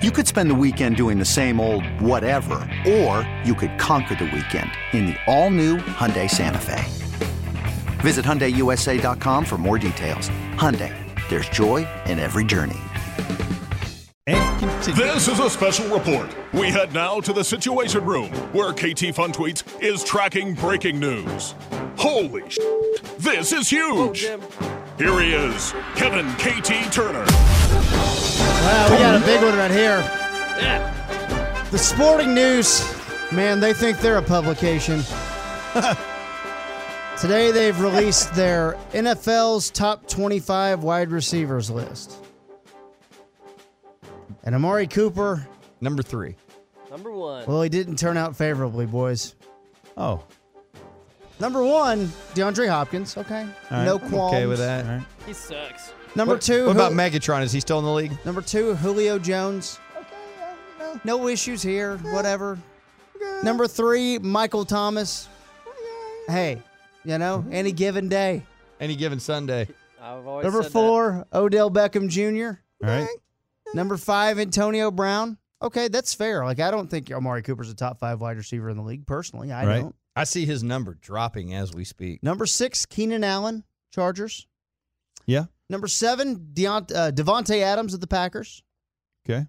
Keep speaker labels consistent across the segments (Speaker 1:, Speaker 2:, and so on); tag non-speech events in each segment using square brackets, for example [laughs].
Speaker 1: You could spend the weekend doing the same old whatever, or you could conquer the weekend in the all-new Hyundai Santa Fe. Visit HyundaiUSA.com for more details. Hyundai, there's joy in every journey.
Speaker 2: And continue.
Speaker 3: This is a special report. We head now to the Situation Room, where KT Fun Tweets is tracking breaking news. Holy sh! This is huge. Here he is, Kevin KT Turner.
Speaker 4: Well, Oh, we got a big one right here. The Sporting News, man, they think they're a publication. [laughs] Today they've
Speaker 2: [laughs]
Speaker 4: released their NFL's top 25 wide receivers list. And Amari Cooper,
Speaker 2: Number three.
Speaker 5: Number one.
Speaker 4: well, he didn't turn out favorably, boys.
Speaker 2: Oh,
Speaker 4: Number one, DeAndre Hopkins. Okay.
Speaker 2: all right.
Speaker 4: No
Speaker 2: I'm
Speaker 4: qualms.
Speaker 2: Okay with that.
Speaker 5: He sucks.
Speaker 4: Number
Speaker 2: What-
Speaker 4: two,
Speaker 2: What about
Speaker 4: Jul-
Speaker 2: Megatron? Is he still in the league?
Speaker 4: Number two, Julio Jones. No issues here, whatever. Number three, Michael Thomas. Hey, you know, any given day.
Speaker 2: Any given Sunday.
Speaker 5: I've always
Speaker 4: Number
Speaker 5: said
Speaker 4: four, Odell Beckham Jr.
Speaker 2: All right.
Speaker 4: Number five, Antonio Brown. Okay, that's fair. Like, I don't think Amari Cooper's a top five wide receiver in the league, personally. I
Speaker 2: right.
Speaker 4: don't.
Speaker 2: I see his number dropping as we speak.
Speaker 4: Number six, Keenan Allen, Chargers.
Speaker 2: Yeah.
Speaker 4: Number seven, Deont- uh, Devontae Adams of the Packers.
Speaker 2: Okay.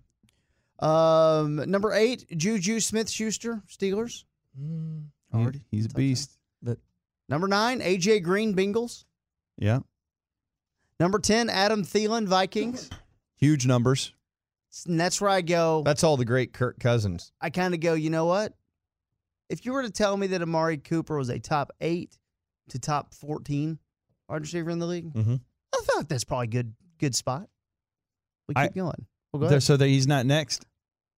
Speaker 4: Um, number eight, Juju Smith Schuster, Steelers.
Speaker 6: Mm,
Speaker 4: Already.
Speaker 2: he's a beast.
Speaker 4: Number nine, AJ Green, Bengals.
Speaker 2: Yeah.
Speaker 4: Number 10, Adam Thielen, Vikings.
Speaker 2: Huge numbers.
Speaker 4: And that's where I go.
Speaker 2: That's all the great Kirk Cousins.
Speaker 4: I kind of go, you know what? If you were to tell me that Amari Cooper was a top eight to top 14 wide receiver in the league,
Speaker 2: Mhm.
Speaker 4: I thought that's probably a good, good spot. We keep
Speaker 6: I-
Speaker 4: going. Well, go
Speaker 6: There-
Speaker 4: ahead.
Speaker 6: so that he's not next.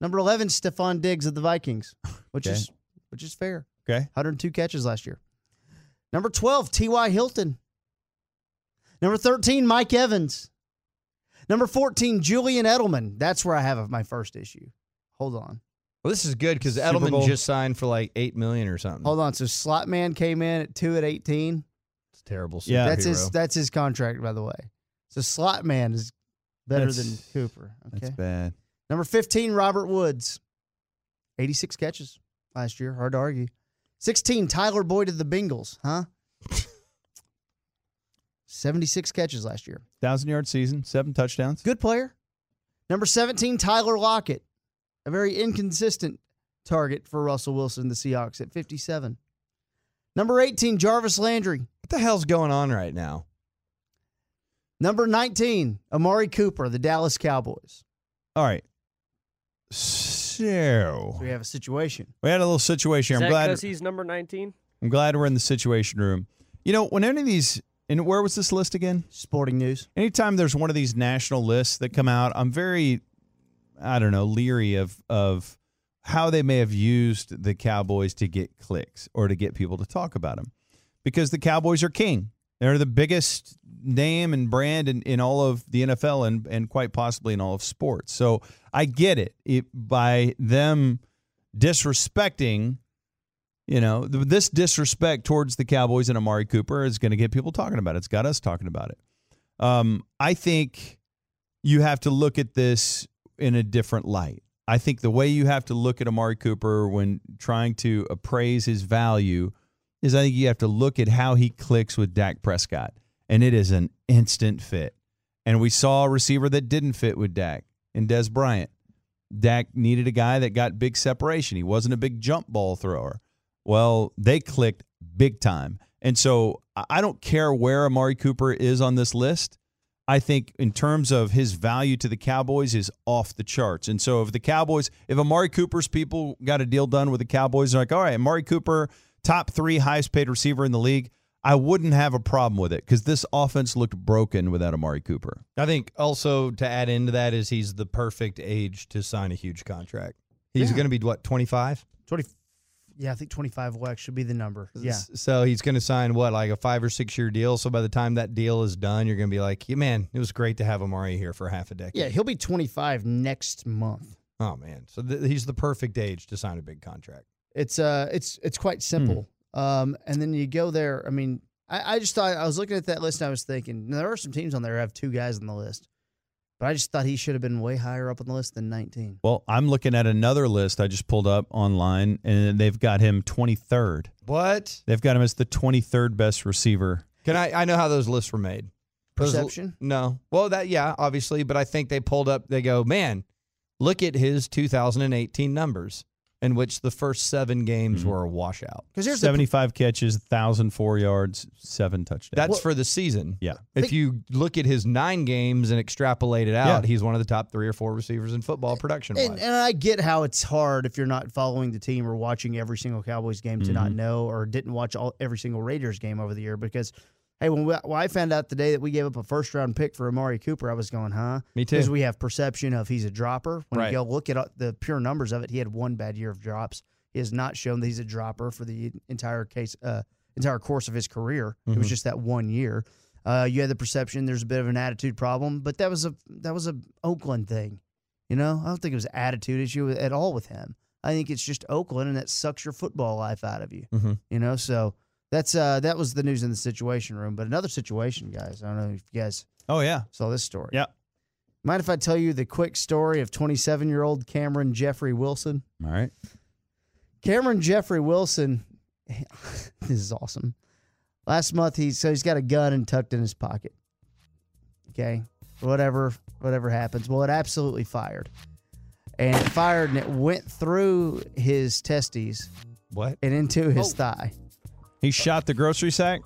Speaker 4: Number 11, Stephon Diggs of the Vikings, [laughs] which
Speaker 2: Okay.
Speaker 4: is which is fair.
Speaker 2: Okay.
Speaker 4: 102 catches last year. Number 12, T.Y. Hilton. Number 13, Mike Evans. Number 14, Julian Edelman. That's where I have my first issue. Hold on.
Speaker 2: Well, this is good because
Speaker 6: Super
Speaker 2: Edelman
Speaker 6: Bowl.
Speaker 2: just signed for like eight million or
Speaker 6: Hmm.
Speaker 2: something.
Speaker 4: Hold on. So Slot Man came in at 2 at 18.
Speaker 2: It's terrible.
Speaker 6: Yeah.
Speaker 4: That's
Speaker 2: superhero.
Speaker 4: his that's his contract by the way. So Slot Man is better than
Speaker 6: That's-
Speaker 4: Cooper, okay?
Speaker 6: That's bad.
Speaker 4: Number 15, Robert Woods. 86 catches last year. Hard to argue. 16, Tyler Boyd of the Bengals, huh? 76 catches last year.
Speaker 6: Thousand yard season, seven touchdowns.
Speaker 4: Good player. Number 17, Tyler Lockett. A very inconsistent target for Russell Wilson, the Seahawks, at 57. Number 18, Jarvis Landry.
Speaker 2: What the hell's going on right now?
Speaker 4: Number 19, Amari Cooper, the Dallas Cowboys.
Speaker 6: All right. So
Speaker 4: So we have a situation.
Speaker 6: we had a little
Speaker 5: That.
Speaker 6: situation here.
Speaker 5: Is
Speaker 6: I'm
Speaker 5: that
Speaker 6: glad.
Speaker 5: because he's number 19?
Speaker 6: I'm glad we're in the situation room. You know, when any of these, and where was this list again?
Speaker 4: Sporting news.
Speaker 6: Anytime there's one of these national lists that come out, I'm very, I don't know, leery of of how they may have used the Cowboys to get clicks or to get people to talk about them, because the Cowboys are king. They're the biggest name and brand in, in all of the NFL and and quite possibly in all of sports. So I get it, it by them disrespecting you know, th- this disrespect towards the Cowboys and Amari Cooper is going to get people talking about it. It's got us talking about it. Um, I think you have to look at this in a different light. I think the way you have to look at Amari Cooper when trying to appraise his value is I think you have to look at how he clicks with Dak Prescott. And it is an instant fit. And we saw a receiver that didn't fit with Dak and Des Bryant. Dak needed a guy that got big separation. He wasn't a big jump ball thrower. Well, they clicked big time. And so I- I don't care where Amari Cooper is on this list. I think in terms of his value to the Cowboys is off the charts. And so if the Cowboys, if Amari Cooper's people got a deal done with the Cowboys, they're like, all right, Amari Cooper, top three highest paid receiver in the league. I wouldn't have a problem with it because this offense looked broken without Amari Cooper.
Speaker 2: I think also to add into that is he's the perfect age to sign a huge contract. He's
Speaker 4: Yeah.
Speaker 2: going to be what twenty five.
Speaker 4: 20 Yeah, I think 25 Lex should be the number. Yeah.
Speaker 2: So he's going to sign what like a five or six year deal. So by the time that deal is done, you're going to be like, yeah, man, it was great to have Amari here for half a decade.
Speaker 4: Yeah, he'll be 25 next month.
Speaker 2: Oh man. So th- he's the perfect age to sign a big contract.
Speaker 4: It's uh it's it's quite simple. Um and then you go there, I mean, I, I just thought I was looking at that list and I was thinking, now, there are some teams on there who have two guys on the list. But I just thought he should have been way higher up on the list than 19.
Speaker 7: Well, I'm looking at another list I just pulled up online, and they've got him 23rd.
Speaker 6: What?
Speaker 7: They've got him as the 23rd best receiver.
Speaker 6: Can I? I know how those lists were made. Those l-
Speaker 4: Perception?
Speaker 6: no. Well, that yeah, obviously, but I think they pulled up. They go, man, look at his 2018 numbers, in which the first seven games were a washout.
Speaker 4: Because here's the
Speaker 7: 75 catches, 1,004 yards, seven touchdowns.
Speaker 6: That's for the season.
Speaker 7: yeah.
Speaker 6: If you look at his nine games and extrapolate it out,
Speaker 7: Yeah.
Speaker 6: he's one of the top three or four receivers in football production
Speaker 4: And, uh,
Speaker 6: wise.
Speaker 4: and I get how it's hard if you're not following the team or watching every single Cowboys game to not know or didn't watch all every single Raiders game over the year because, hey, when, we, when I found out today that we gave up a first round pick for Amari Cooper, I was going, huh?
Speaker 6: Me
Speaker 4: Because
Speaker 6: too.
Speaker 4: we have perception of he's a dropper. When
Speaker 6: Right.
Speaker 4: you go look at uh, the pure numbers of it, he had one bad year of drops. He has not shown that he's a dropper for the entire case, uh, entire course of his career. It
Speaker 6: Mm-hmm.
Speaker 4: was just that one year. Uh, you had the perception there's a bit of an attitude problem, but that was a that was a Oakland thing. You know, I don't think it was an attitude issue at all with him. I think it's just Oakland, and that sucks your football life out of you.
Speaker 6: Mhm.
Speaker 4: You know, so that's uh that was the news in the situation room. But another situation, guys. I don't know if you guys
Speaker 7: Oh, yeah.
Speaker 4: saw this story.
Speaker 7: Yeah.
Speaker 4: Mind if I tell you the quick story of 27 year old Cameron Jeffrey Wilson?
Speaker 7: All right.
Speaker 4: Cameron Jeffrey Wilson, [laughs] this is awesome. Last month, he so he's got a gun and tucked in his pocket. Okay, whatever, whatever happens. Well, it absolutely fired, and it fired and it went through his testes
Speaker 6: What?
Speaker 4: and into his
Speaker 5: Oh.
Speaker 4: thigh.
Speaker 7: He shot the grocery sack.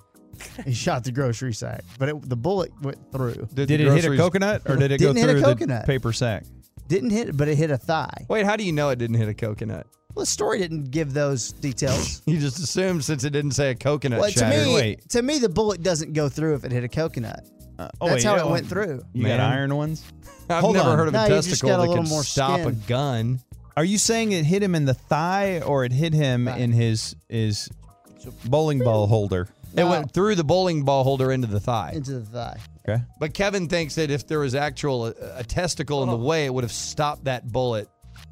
Speaker 4: He shot the grocery sack, but it, the bullet went through.
Speaker 7: Did
Speaker 6: the
Speaker 7: it hit a
Speaker 6: groceries-
Speaker 7: coconut or did it go
Speaker 4: Didn't hit a
Speaker 7: through the
Speaker 4: coconut.
Speaker 7: paper sack?
Speaker 4: Didn't hit, it, but it hit a thigh.
Speaker 6: Wait, how do you know it didn't hit a coconut?
Speaker 4: Well, the story didn't give those
Speaker 7: [laughs]
Speaker 4: details.
Speaker 6: You just assumed since it didn't say a coconut
Speaker 4: Well, to
Speaker 6: shattered.
Speaker 4: me,
Speaker 7: Wait.
Speaker 4: to me, the bullet doesn't go through if it hit a coconut.
Speaker 7: Uh, oh,
Speaker 4: That's
Speaker 7: wait,
Speaker 4: how
Speaker 7: yeah,
Speaker 4: it
Speaker 7: well,
Speaker 4: went through.
Speaker 7: You
Speaker 6: Man.
Speaker 7: got iron ones?
Speaker 6: I've
Speaker 7: Hold
Speaker 6: never
Speaker 7: on.
Speaker 6: heard of a
Speaker 4: No, you just
Speaker 6: testicle
Speaker 4: got a
Speaker 6: that
Speaker 4: little
Speaker 6: could
Speaker 4: more
Speaker 6: stop a
Speaker 4: skin.
Speaker 6: gun.
Speaker 7: Are you saying it hit him in the thigh or it hit him in his his bowling ball holder?
Speaker 6: It
Speaker 4: No.
Speaker 6: went through the bowling ball holder into the thigh.
Speaker 4: into the thigh.
Speaker 7: Okay.
Speaker 6: But Kevin thinks that if there was actual a, a testicle in the way, it would have stopped that bullet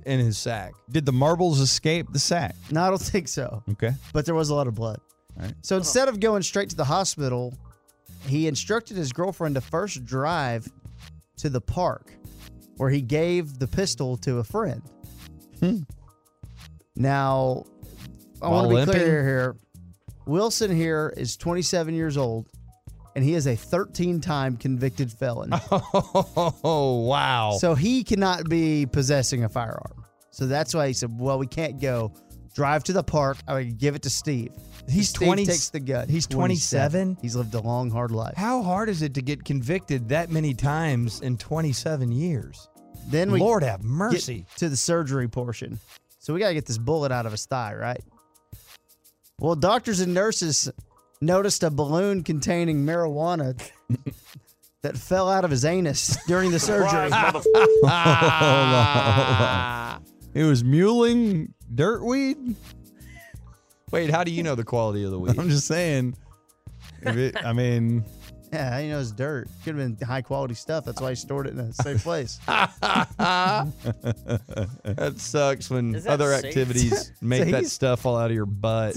Speaker 6: in his sack. [laughs]
Speaker 7: Did the marbles escape the sack?
Speaker 4: No, I don't [laughs] think so.
Speaker 7: Okay.
Speaker 4: But there was a lot of blood.
Speaker 7: Right.
Speaker 4: So instead of going straight to the hospital, he instructed his girlfriend to first drive to the park where he gave the pistol to a friend. Now, I want
Speaker 6: While
Speaker 4: to be
Speaker 6: limping?
Speaker 4: clear here. Wilson here is 27 years old, and he is a 13 time convicted felon.
Speaker 6: Oh wow!
Speaker 4: So he cannot be possessing a firearm. So that's why he said, "Well, we can't go. Drive to the park. I would give it to Steve.
Speaker 6: He's
Speaker 4: Steve
Speaker 6: 20
Speaker 4: Takes the gun.
Speaker 6: he's 27?
Speaker 4: He's lived a long, hard life.
Speaker 6: How hard is it to get convicted that many times in 27 years?
Speaker 4: Then we
Speaker 6: Lord have
Speaker 4: get
Speaker 6: mercy.
Speaker 4: to the surgery portion. So we gotta get this bullet out of his thigh, right? Well, doctors and nurses noticed a balloon containing
Speaker 6: [laughs]
Speaker 4: marijuana that fell out of his anus during the surgery.
Speaker 7: It was muling dirt weed.
Speaker 6: Wait, how do you know the quality of the
Speaker 7: I'm
Speaker 4: [laughs]
Speaker 6: weed?
Speaker 7: just saying. If it, I mean,
Speaker 4: [laughs] yeah, you know it's dirt. Could have been high quality stuff. That's why he stored it in a safe place.
Speaker 6: that sucks when
Speaker 5: Is that
Speaker 6: other
Speaker 5: safe? [laughs]
Speaker 6: activities make that
Speaker 4: he's-
Speaker 6: stuff fall out of your butt.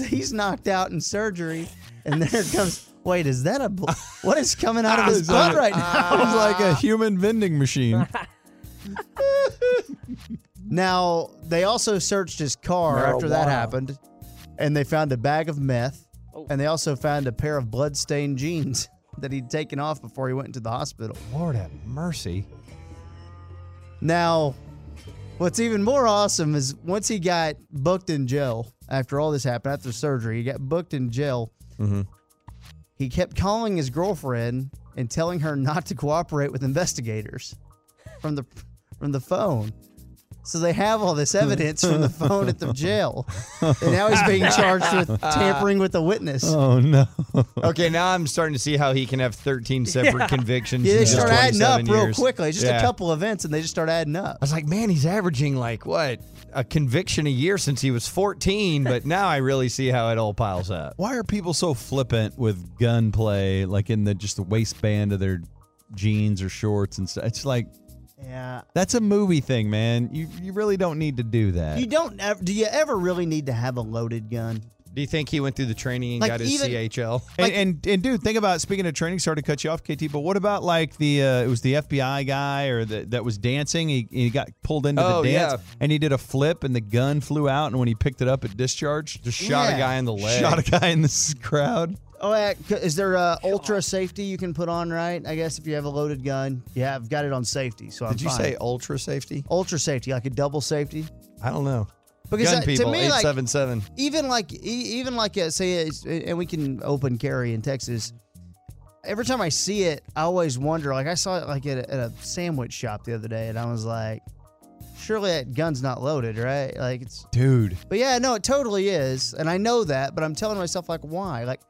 Speaker 4: [laughs] he's knocked out in surgery, and there it comes. Wait, is that a? bl- What is coming out of
Speaker 7: [laughs]
Speaker 4: his butt right now?
Speaker 7: it's like a human vending machine.
Speaker 4: [laughs] Now they also searched his car after that
Speaker 6: Marijuana.
Speaker 4: happened, and they found a bag of meth,
Speaker 5: Oh.
Speaker 4: and they also found a pair of bloodstained jeans [laughs] that he'd taken off before he went into the hospital.
Speaker 6: Lord have mercy.
Speaker 4: Now, what's even more awesome is once he got booked in jail after all this happened, after surgery, he got booked in jail.
Speaker 6: Mm-hmm.
Speaker 4: He kept calling his girlfriend and telling her not to cooperate with investigators from the from the phone. So they have all this evidence from the phone
Speaker 6: [laughs]
Speaker 4: at the jail, and now he's being charged with tampering with a witness.
Speaker 7: Oh no.
Speaker 6: Okay, now I'm starting to see how he can
Speaker 4: [laughs]
Speaker 6: have 13 separate convictions.
Speaker 4: yeah,
Speaker 6: in
Speaker 4: they
Speaker 6: just
Speaker 4: start adding up
Speaker 6: 27
Speaker 4: real
Speaker 6: years.
Speaker 4: quickly. Just
Speaker 6: Yeah.
Speaker 4: a couple events, and they just start adding up.
Speaker 6: I was like, man, he's averaging like what a conviction a year since he was 14, but now I really see how it all piles up.
Speaker 7: Why are people so flippant with gunplay, like in the just the waistband of their jeans or shorts and stuff? It's like
Speaker 4: Yeah,
Speaker 7: that's a movie thing, man. You you really don't need to do that.
Speaker 4: You don't ever, do you ever really need to have a loaded gun?
Speaker 6: Do you think he went through the training and
Speaker 4: Like,
Speaker 6: got his
Speaker 4: even-
Speaker 6: CHL?
Speaker 4: [laughs] Like-
Speaker 7: and, and and dude, think about speaking of training. Sorry to cut you off, KT, but what about like the uh, it was the FBI guy or the, that was dancing? He, he got pulled into
Speaker 6: Oh,
Speaker 7: the dance
Speaker 6: yeah.
Speaker 7: and he did a flip and the gun flew out and when he picked it up, it discharged.
Speaker 6: [laughs] Just shot
Speaker 4: Yeah.
Speaker 6: a guy in the leg.
Speaker 7: shot a guy in this crowd.
Speaker 4: Oh, yeah, c- is there uh, ultra safety you can put on? Right, I guess if you have a loaded gun, yeah, I've got it on safety. So I'm
Speaker 6: Did you
Speaker 4: fine.
Speaker 6: say ultra safety?
Speaker 4: ultra safety, like a double safety?
Speaker 6: I don't know.
Speaker 4: Because
Speaker 6: Gun
Speaker 4: that- to
Speaker 6: people,
Speaker 4: me, like-
Speaker 6: 877.
Speaker 4: even like e- even like uh, say it's- and we can open carry in Texas. Every time I see it, I always wonder. Like I saw it like at a, at a sandwich shop the other day, and I was like, surely that gun's not loaded, right? Like it's,
Speaker 7: Dude.
Speaker 4: but yeah, no, it totally is, and I know that. But I'm telling myself like, why? Like,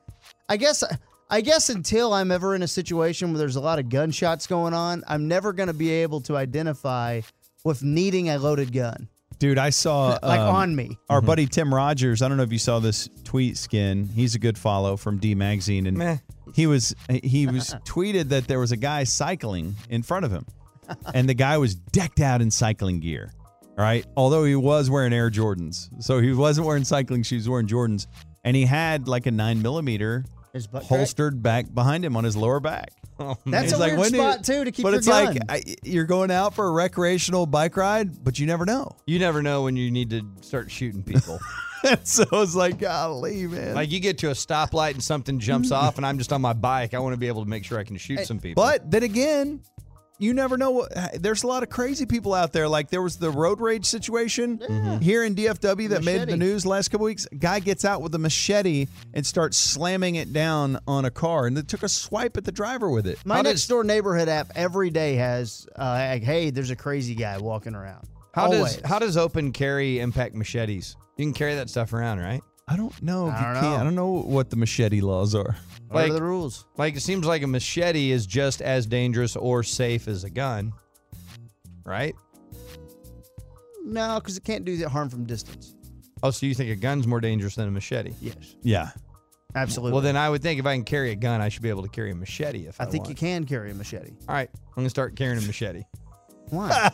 Speaker 4: I guess. I guess until I'm ever in a situation where there's a lot of gunshots going on, I'm never going to be able to identify with needing a loaded gun,
Speaker 7: Dude, I saw
Speaker 4: like
Speaker 7: um,
Speaker 4: on me.
Speaker 7: Our buddy Tim Rogers, I don't know if you saw this tweet skin. He's a good follow from D Magazine and
Speaker 6: Meh.
Speaker 7: he was
Speaker 4: [laughs]
Speaker 7: he was tweeted that there was a guy cycling in front of him. And the guy was decked out in cycling gear. All right? Although he was wearing Air Jordans. So he wasn't wearing cycling shoes, he was wearing Jordans. And he had like a nine millimeter
Speaker 4: His butt crack?
Speaker 7: holstered back behind him on his lower back.
Speaker 4: That's a
Speaker 7: It's like,
Speaker 4: weird
Speaker 7: when do you-
Speaker 4: spot too to keep
Speaker 7: But
Speaker 4: your
Speaker 7: it's
Speaker 4: gun.
Speaker 7: like I, you're going out for a recreational bike ride, but you never know. [laughs]
Speaker 6: You never know when you need to start
Speaker 4: [laughs]
Speaker 6: shooting people.
Speaker 7: so it's like, golly, man.
Speaker 6: like you get to a stoplight and something jumps off, and I'm just on my bike. I want to be able to make sure I can shoot some people.
Speaker 7: but then again, you never know. What, there's a lot of crazy people out there. Like there was the road rage situation here in DFW that made
Speaker 4: Mm-hmm. Machete.
Speaker 7: the news last couple weeks. Guy gets out with a machete and starts slamming it down on a car, and it took a swipe at the driver with it.
Speaker 4: My
Speaker 6: How
Speaker 4: next
Speaker 6: does-
Speaker 4: door neighborhood app every day has uh, like, hey, there's a crazy guy walking around.
Speaker 6: how
Speaker 4: Always.
Speaker 6: does how does open carry impact machetes? You can carry that stuff around, right?
Speaker 7: I don't know. If
Speaker 4: I
Speaker 7: you
Speaker 4: don't
Speaker 7: can't.
Speaker 4: know.
Speaker 7: I don't know what the machete laws are.
Speaker 4: what
Speaker 6: like-
Speaker 4: are the rules?
Speaker 6: Like it seems like a machete is just as dangerous or safe as a gun, right?
Speaker 4: No, because it can't do that harm from distance.
Speaker 6: Oh, so you think a gun's more dangerous than a machete?
Speaker 4: Yes,
Speaker 7: Yeah.
Speaker 4: absolutely.
Speaker 6: Well, then I would think if I can carry a gun, I should be able to carry a machete. If I,
Speaker 4: I think you
Speaker 6: want.
Speaker 4: can carry a machete.
Speaker 6: All right, I'm gonna start carrying a machete.
Speaker 4: Why?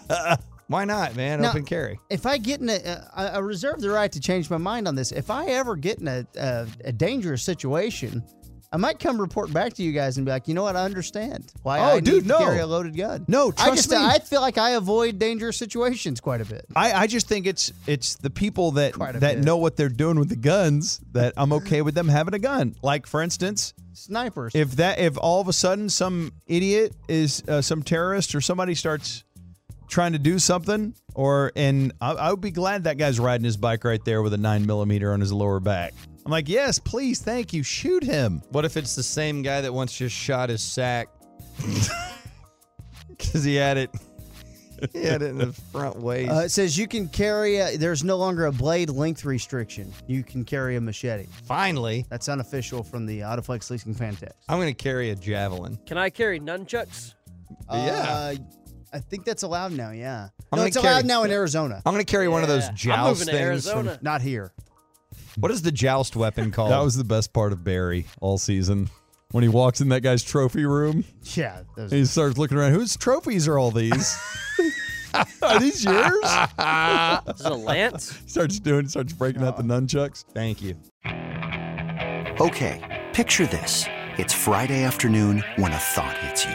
Speaker 6: Why not, man?
Speaker 4: Now-
Speaker 6: Open carry.
Speaker 4: [laughs] if I get in a, uh, I I reserve the right to change my mind on this. If I ever get in a, a, a dangerous situation, I might come report back to you guys and be like, you know what? I understand why
Speaker 7: Oh,
Speaker 4: I need
Speaker 7: dude,
Speaker 4: to
Speaker 7: no.
Speaker 4: carry a loaded gun.
Speaker 7: No,
Speaker 4: I just
Speaker 7: trust me.
Speaker 4: I feel like I avoid dangerous situations quite a bit.
Speaker 7: I, I just think it's it's the people that
Speaker 4: Quite a
Speaker 7: that
Speaker 4: bit.
Speaker 7: know what they're doing with the guns that I'm okay with them having a gun. Like for instance,
Speaker 4: Snipers.
Speaker 7: if that if all of a sudden some idiot is uh, some terrorist or somebody starts trying to do something or and I, I would be glad that guy's riding his bike right there with a nine millimeter on his lower back. I'm like, yes, please, thank you, shoot him.
Speaker 6: What if it's the same guy that once just shot his sack [laughs] because he had it? He had it in the front waist.
Speaker 4: Uh, it says you can carry a, there's no longer a blade length restriction. You can carry a machete.
Speaker 6: Finally,
Speaker 4: That's unofficial from the Autoflex leasing fan text.
Speaker 6: I'm gonna carry a javelin.
Speaker 5: Can I carry nunchucks?
Speaker 4: Uh, I think that's allowed now, yeah.
Speaker 6: I'm
Speaker 4: no,
Speaker 6: gonna
Speaker 4: it's
Speaker 6: carry-
Speaker 4: allowed now in Arizona.
Speaker 6: I'm gonna carry one of those
Speaker 5: Yeah, I'm
Speaker 6: joust
Speaker 5: moving to
Speaker 6: things.
Speaker 5: Arizona.
Speaker 4: Not here.
Speaker 6: From, what is the joust weapon called?
Speaker 7: That was the best part of Barry all season when he walks in that guy's trophy room.
Speaker 4: Yeah. those-
Speaker 7: And he starts looking around. Whose trophies are all these? [laughs] are these yours?
Speaker 5: This
Speaker 6: [laughs]
Speaker 5: is a lance.
Speaker 7: starts doing, starts breaking out the nunchucks.
Speaker 6: Thank you.
Speaker 1: Okay, picture this. It's Friday afternoon when a thought hits you.